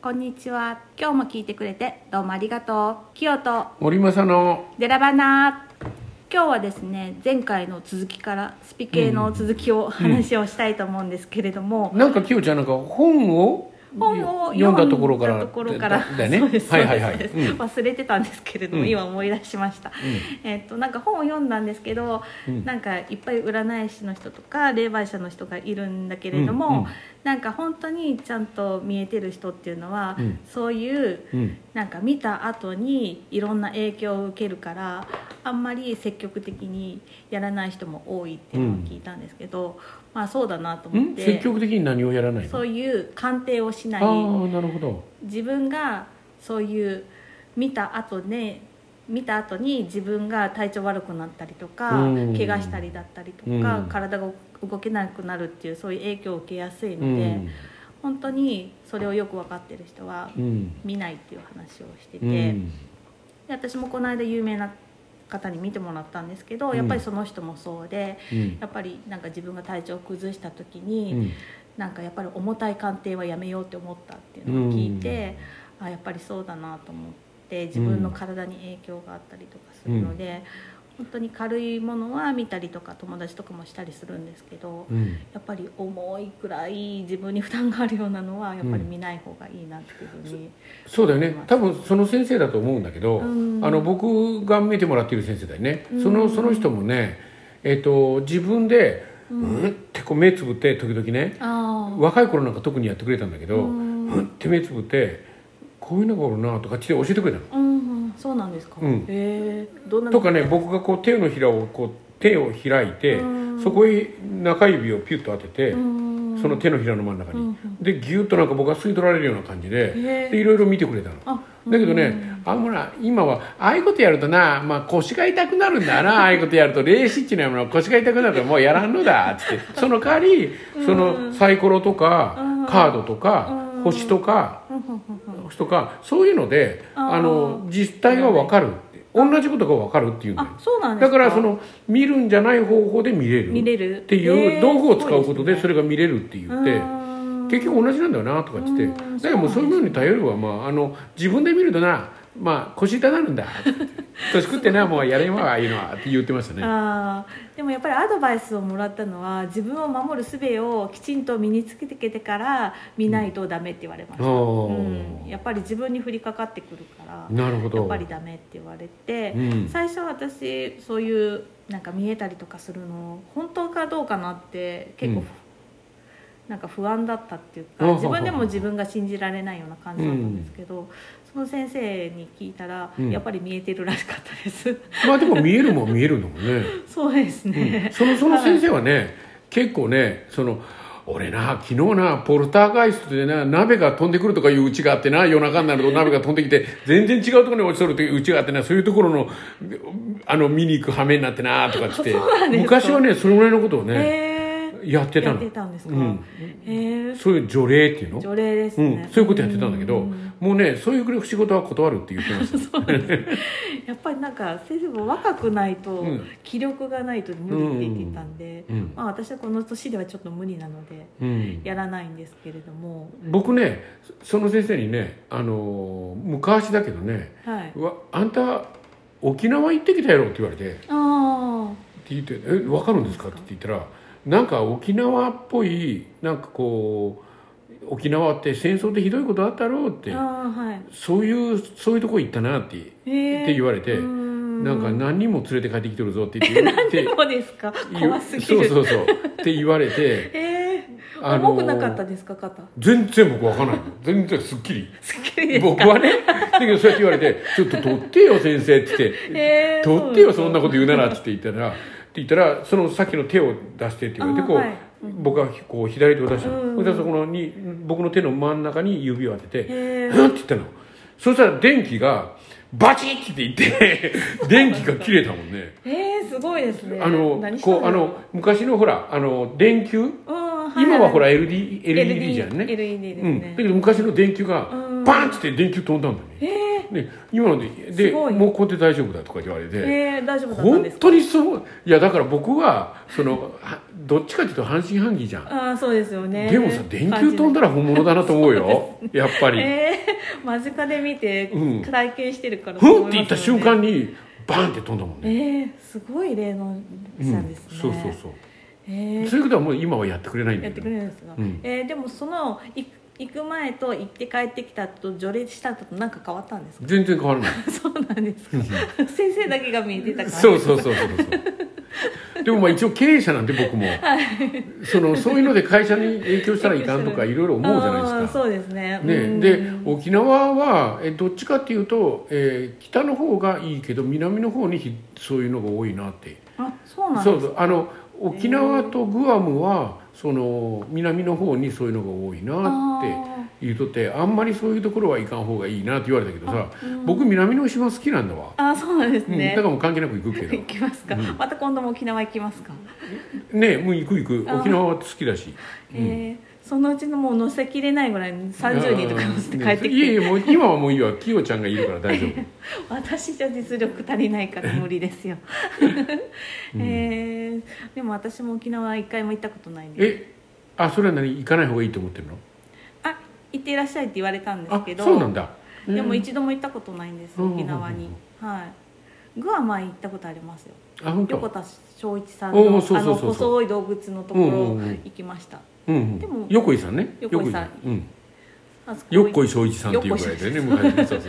こんにちは。今日も聞いてくれてどうもありがとう。きよと森政のデラバナ今日はですね前回の続きからスピ系の続きを話をしたいと思うんですけれども、なんかきよちゃんなんか本を本を読んだところから読んだところからだだよ ねそうですはいはいはいそうですうん忘れてたんですけれども、うん今思い出しました、えっとなんか本を読んだんですけど、うんなんかいっぱい占い師の人とか霊媒師の人がいるんだけれども、うんうんなんか本当にちゃんと見えてる人っていうのは、うんそういううんなんか見た後にいろんな影響を受けるからあんまり積極的にやらない人も多いっていうのを聞いたんですけど、まあそうだなと思っんて積極的に何をやらないのそういう鑑定をしないああなるほど自分がそういう見た後ね見た後に自分が体調悪くなったりとかうん怪我したりだったりとか、うん体が動けなくなるっていうそういう影響を受けやすいうので、ん本当にそれをよく分かってる人はうん見ないっていう話をしてて。うんで私もこの間有名な方に見てもらったんですけどうんやっぱりその人もそうで、うんやっぱりなんか自分が体調を崩した時うに、んなんかやっぱり重たい鑑定はやめようって思ったっていうのを聞いて、あやっぱりそうだなと思って自分の体に影響があったりとかするので、本当に軽いものは見たりとか友達とかもしたりするんですけど。うんやっぱり重いくらい自分に負担があるようなのはやっぱり見ない方がいいなっていうふうに、そうだよね多分その先生だと思うんだけど、うんあの僕が見てもらっている先生だよね、うんそのその人もね、えっと自分で、ううんん、ってこう目つぶって時々ねああ若い頃なんか特にやってくれたんだけど、う、うんんって目つぶってこういうのがおるなとかって教えてくれたの。うんうん、そうなんですか。うんええどんなとかね僕がこう手のひらをこう手を開いてうんそこへ中指をピュッと当ててうーんその手のひらの真ん中うんうにんでギュッとなんか僕が吸い取られるような感じへでえでいろいろ見てくれたの。あだけどね、あほら今はああいうことやるとな、まあ、腰が痛くなるん だなああいうことやると霊視っていうのは腰が痛くなるからもうやらんのだっつってその代わりそのサイコロとうかんカードとかうん星とかうんうんうんうん星とかそういうのであーあの実態が分かるって同じことが分かるっていうんだよあ、そうなんでだすか。からその見るんじゃない方法で見れる見れるっていへーう道具を使うことでそすごいですねれが見れるって言って。結局同じなんだよなとか言ってうてーんだからもうそそううないんうですのに頼るわまああの自分で見るとなまあ腰痛なるんだ 年食ってなもうやれんわああいうのはって言ってましたうーんねあーでもやっぱりアドバイスをもらったのは自分を守る術をきちんと身につけてから見ないとダメって言われました、おーうんやっぱり自分に降りかかってくるからなるほどやっぱりダメって言われて、うん最初私そういうなんか見えたりとかするの本当かどうかなって結構、うんなんか不安だったっていうあかはは自分でも自分が信じられないような感じだったんですけど、その先生に聞いたら、うんやっぱり見えてるらしかったです まあでも見えるもん見えるのもねそうですね、そのその先生はね、結構ねその俺な昨日なポルターガイストでな鍋が飛んでくるとかいううちがあってな夜中になると鍋が飛んできて全然違うところに落ちとるといううちがあってなそういうところのあの見に行く羽目になってなとかっつってなんですか昔はねそれぐらいのことをね、えーやってたやっのてたんですか、うんえーそういう除霊っていうの除霊ですうね、ん、そういうことやってたんだけど、うもうねそういう仕事は断るって言ってましたやっぱりなんか先生も若くないとうん気力がないと無理って言ってたんで、うんまあ、私はこの年ではちょっと無理なのでうんやらないんですけれども、僕ねその先生にねあのー昔だけどねはいうわあんた沖縄行ってきたやろって言われてってあ言って「え分かるんですか?」って言ったらなんか沖縄っぽいなんかこう沖縄って戦争でひどいことあったろうっーてあーはいそういうそういうとこ行ったなってっえーて言われて、うーんなんか何人も連れて帰ってきてるぞっ て言ってってそうですか言う怖すぎるそうそうそうって言われてえーあの重くなかったですか 肩全然僕わかんないの全然すっきりすっきりです僕はねだけどそうやって言われて「ちょっと取ってよ先生」って言って えー取ってそようそなんんなだこと言うなら」って言ったらって言ったらそのさっきの手を出してって言われてあーこう、はい僕はこう左手を出したうんの、そしたらそこのに僕の手の真ん中に指を当てて「えうん」ーって言ったのそしたら電気がバチッって言って 電気が切れたもんねえーすごいですねあの何したこんうだあろの昔のほらあの電球ううんいい今はほら LD LED LED じゃんね LED ですうん、ねだけど昔の電球がうんバーンっつって電球飛んだんだよねえーね、今のでですごいもうこうやって大丈夫だとか言われて、えー、大丈夫だったん本ですか当にそういやだから僕はそのはどっちかっていうと半信半疑じゃん、ああそうですよねでもさ電球飛んだら本物だなと思うよやっぱり、えー、間近で見て、うん体験してるからふんっそう思いて言まったすよ瞬ね間にバンって飛んだもんね、えー、すごい霊能う者んですね、そうそうそう、えーそういうことはもう今はやってくれないんだやっけてどくれるんですが、うんえーでもそのい行く前と行って帰ってきたと除霊したとなんか変わったんですか 全然変わらないそうなんですか 先生だけが見えてたからそうそうそうそうそうでもまあ一応経営者なんで僕も、そのそういうので会社に影響したらいか んとかいろいろ思うじゃないあーですか、そうですねうね、んで沖縄はえどっちかっていうと、えー北の方がいいけど南の方にひそういうのが多いなってあそうなんそでうすそうあの沖縄とグアムはその南の方にそういうのが多いなってあ言うとってあんまりそういうところはいかん方がいいなって言われたけどさーうん僕南の島好きなんだわ、あーそうなんですうん、ねだ、からもう関係なく行くけ ど行きますか、うんまた今度も沖縄行きますか、ねもう行く行あく沖縄は好きだしえーそのうちのもう乗せきれないぐらい30人とか乗せて帰ってきて、いやいやもう今はもういいわキヨちゃんがいるから 大丈夫私じゃ実力足りないから無理ですよ、えーでも私も沖縄一回も行ったことないんでえあそれは何行かない方がいいと思ってるのあ行っていらっしゃいって言われたんですあけどそうなんだでもうん一度も行ったことないんですうん沖縄に、はいグアムは行ったことありますよあ本横当田翔一さんおのうそうあそうそうのそう細い洞窟のとこうんろうんうん行きましたうんうんでも横井さんね横井さんうんあそこよっこい正一さんっていうぐらいでね昔ねそうそう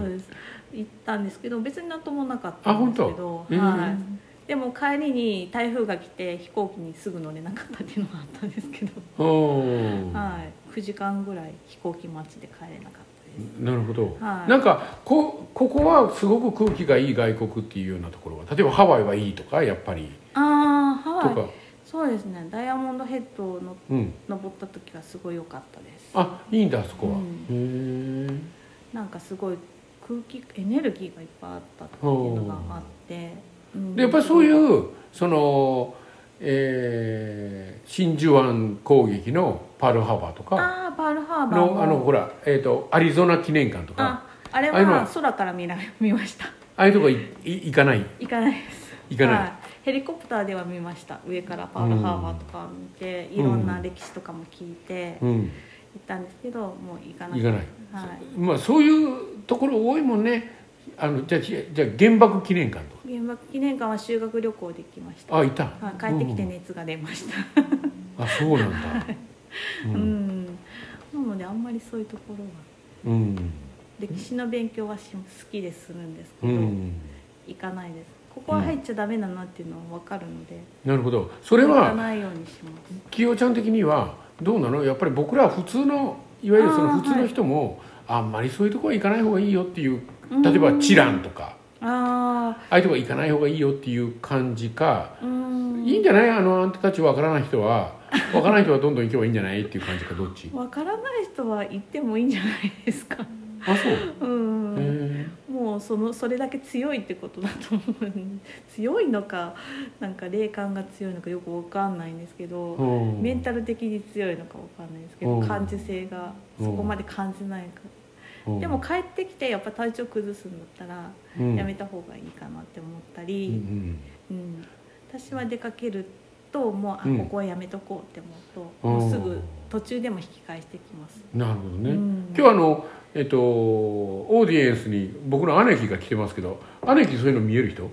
そうです行ったんですけど別になんともなかっあたん本です当けど、えーはいでも帰りに台風が来て飛行機にすぐ乗れなかったっていうのがあったんですけど、おーはい、9時間ぐらい飛行機待ちで帰れなかったですなるほど、はいなんかこここはすごく空気がいい外国っていうようなところは例えばハワイはいいとかやっぱり、ああハとワイか、そうですねダイヤモンドヘッドをのうん、登った時はすごい良かったですあいいんだあそこは、うんへえなんかすごい空気エネルギーがいっぱいあったっていうのがあって、うんでやっぱりそういうその、えー真珠湾攻撃のパールハーバーとかああパールハーバーのあのほら、えー、とアリゾナ記念館とかああれああいうのはは空から見ら見ましたああいうとこいい行かない行かないです行かない、はいヘリコプターでは見ました上からパールハーバーとか見て、うんいろんな歴史とかも聞いて行うんったんですけど、もう行かな行かない、はまあ、そういうところ多いもんねあのじゃあじゃあじゃあ原爆記念館とかい原爆記念館は修学旅行で行きました、あいた、はい、帰ってきて熱が出ましたうん、あそうなんだ ううん、ん、なのであんまりそういうところはうん歴史の勉強はし好きでするんですけうど、ん、行かないですここは入っちゃダメだなっていうのは分かるので、なるほどそれ行かはないようにしますきよちゃん的にはどうなのやっぱり僕らは普通のいわゆるあそのー普通の人もあ,、んまりそういうところは行かない方がいいよっていううん例えばチランとかあああいうとこ行かない方がいいよっていう感じか、あうんいいんじゃないあのあんたたちわからない人はわからない人はどんどん行けばいいんじゃないっていう感じかどっちわからない人は行ってもいいんじゃないですか。あそう、うん、へもうそのそれだけ強いってことだと思うんで強いのかなんか霊感が強いのかよくわかんないんですけえど、うんメンタル的に強いのかわかんないですけど、うん感受性がそこまで感じないか、うんでも帰ってきてやっぱ体調崩すんだったらうんやめた方がいいかなって思ったうんり、うん私は出かけるともうあうんここはやめとこうって思うと、うんもうすぐ途中でも引き返してきます。うんなるほどね、うん今日あのえっとオーディエンスに僕の姉貴が来てますけど姉貴そういうの見える人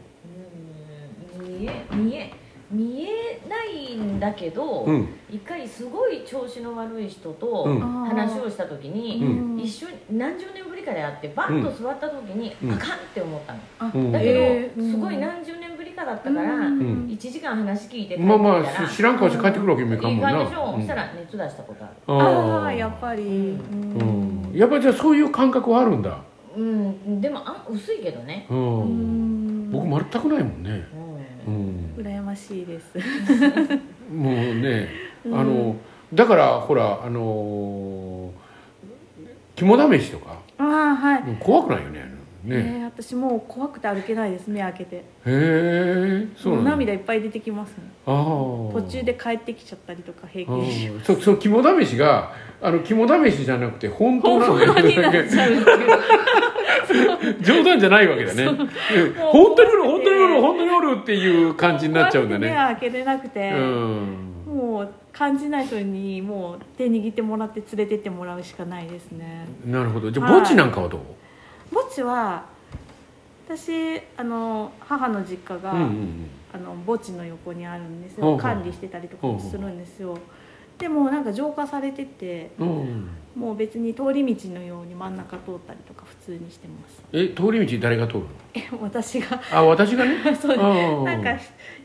見え見え見えないんだけど、うん一回すごい調子の悪い人とうん話をした時に、うん一緒に何十年ぶりかで会ってバンと座った時に、うんあかんって思ったの、あうんだけど、えーすごい何十年ぶりかだったから、うんん1時間話聞いて帰ってきまたあら、まあ知らん顔して帰ってくるわけにもいかん意もんな外でしょ、うんそしたら熱出したことあるああーやっぱり、うんうんやっぱりじゃあそういう感覚はあるんだうんでもあん薄いけどね、ううんん僕全くないもんねうんうん羨ましいですもうねあうんのだからほらあの肝試しとかああはいもう怖くないよねねえー私もう怖くて歩けないです目開けてへえそうもうなんだ涙いっぱい出てきますねああ途中で帰ってきちゃったりとか平気でしうんそうそう肝試しがあの肝試しじゃなくて本当なの本当になっちゃうっていう冗談じゃないわけだねうん本当におる本当におる本当におるっていう感じになっちゃうんだ怖ねくて目が開けれなくて、うんもう感じない人にもう手握ってもらって連れてってもらうしかないですねなるほどじゃあはい墓地なんかはどう墓地は私あの母の実家が、うんうんあの墓地の横にあるんですほうほよう管理してたりとかもするんですよでもなんか浄化されててうんうんもう別に通り道のように真ん中通ったりとか普通にしてますえ通り道誰が通るのえ私があ私がね そうですああなんか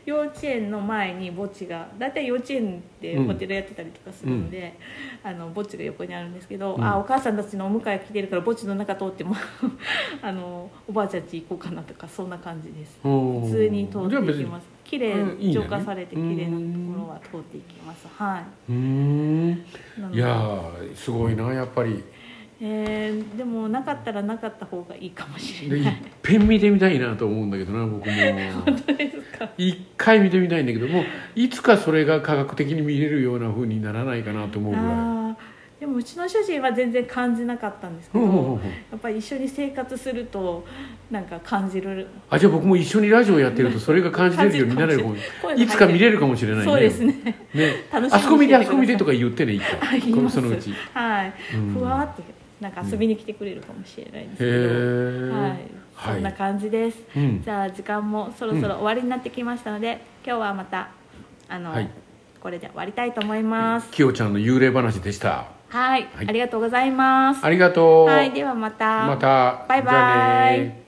幼稚園の前に墓地が大体幼稚園でお寺やってたりとかするので、あの墓地が横にあるんですけど、うんあお母さんたちのお迎え来てるから墓地の中通っても あのおばあちゃんち行こうかなとかそんな感じですうん普通に通ってじゃあ別いきにます綺麗うんいいんだ浄ね化されて綺麗なところは通っていきますはうーんいなのいでやーすごいなやっぱりえーでもなかったらなかった方がいいかもしでれいなっいぺん見てみたいなと思うんだけどな僕も ですか一回見てみたいんだけどもいつかそれが科学的に見れるような風にならないかなと思うぐらいあーでもうちの主人は全然感じなかったんですけうど、んうんうんうんやっぱり一緒に生活するとなんか感じるあじゃあ僕も一緒にラジオやってるとそれが感じれるようになれるかも 声が入っていつか見れるかもしれないねそうですねね楽しみにしててくださいあそこ見てあそこ見てとか言ってね一回言いますそのうちへはい、うんふわーってなんか遊びに来てくれるかもしれないですけど、えはい、そんな感じです、うんじゃあ時間もそろそろ終わりになってきましたので、今日はまたあの、はいこれで終わりたいと思います、きよちゃんの幽霊話でしたはい、はいありがとうございますありがとうはいではまたまたバイバイじゃあね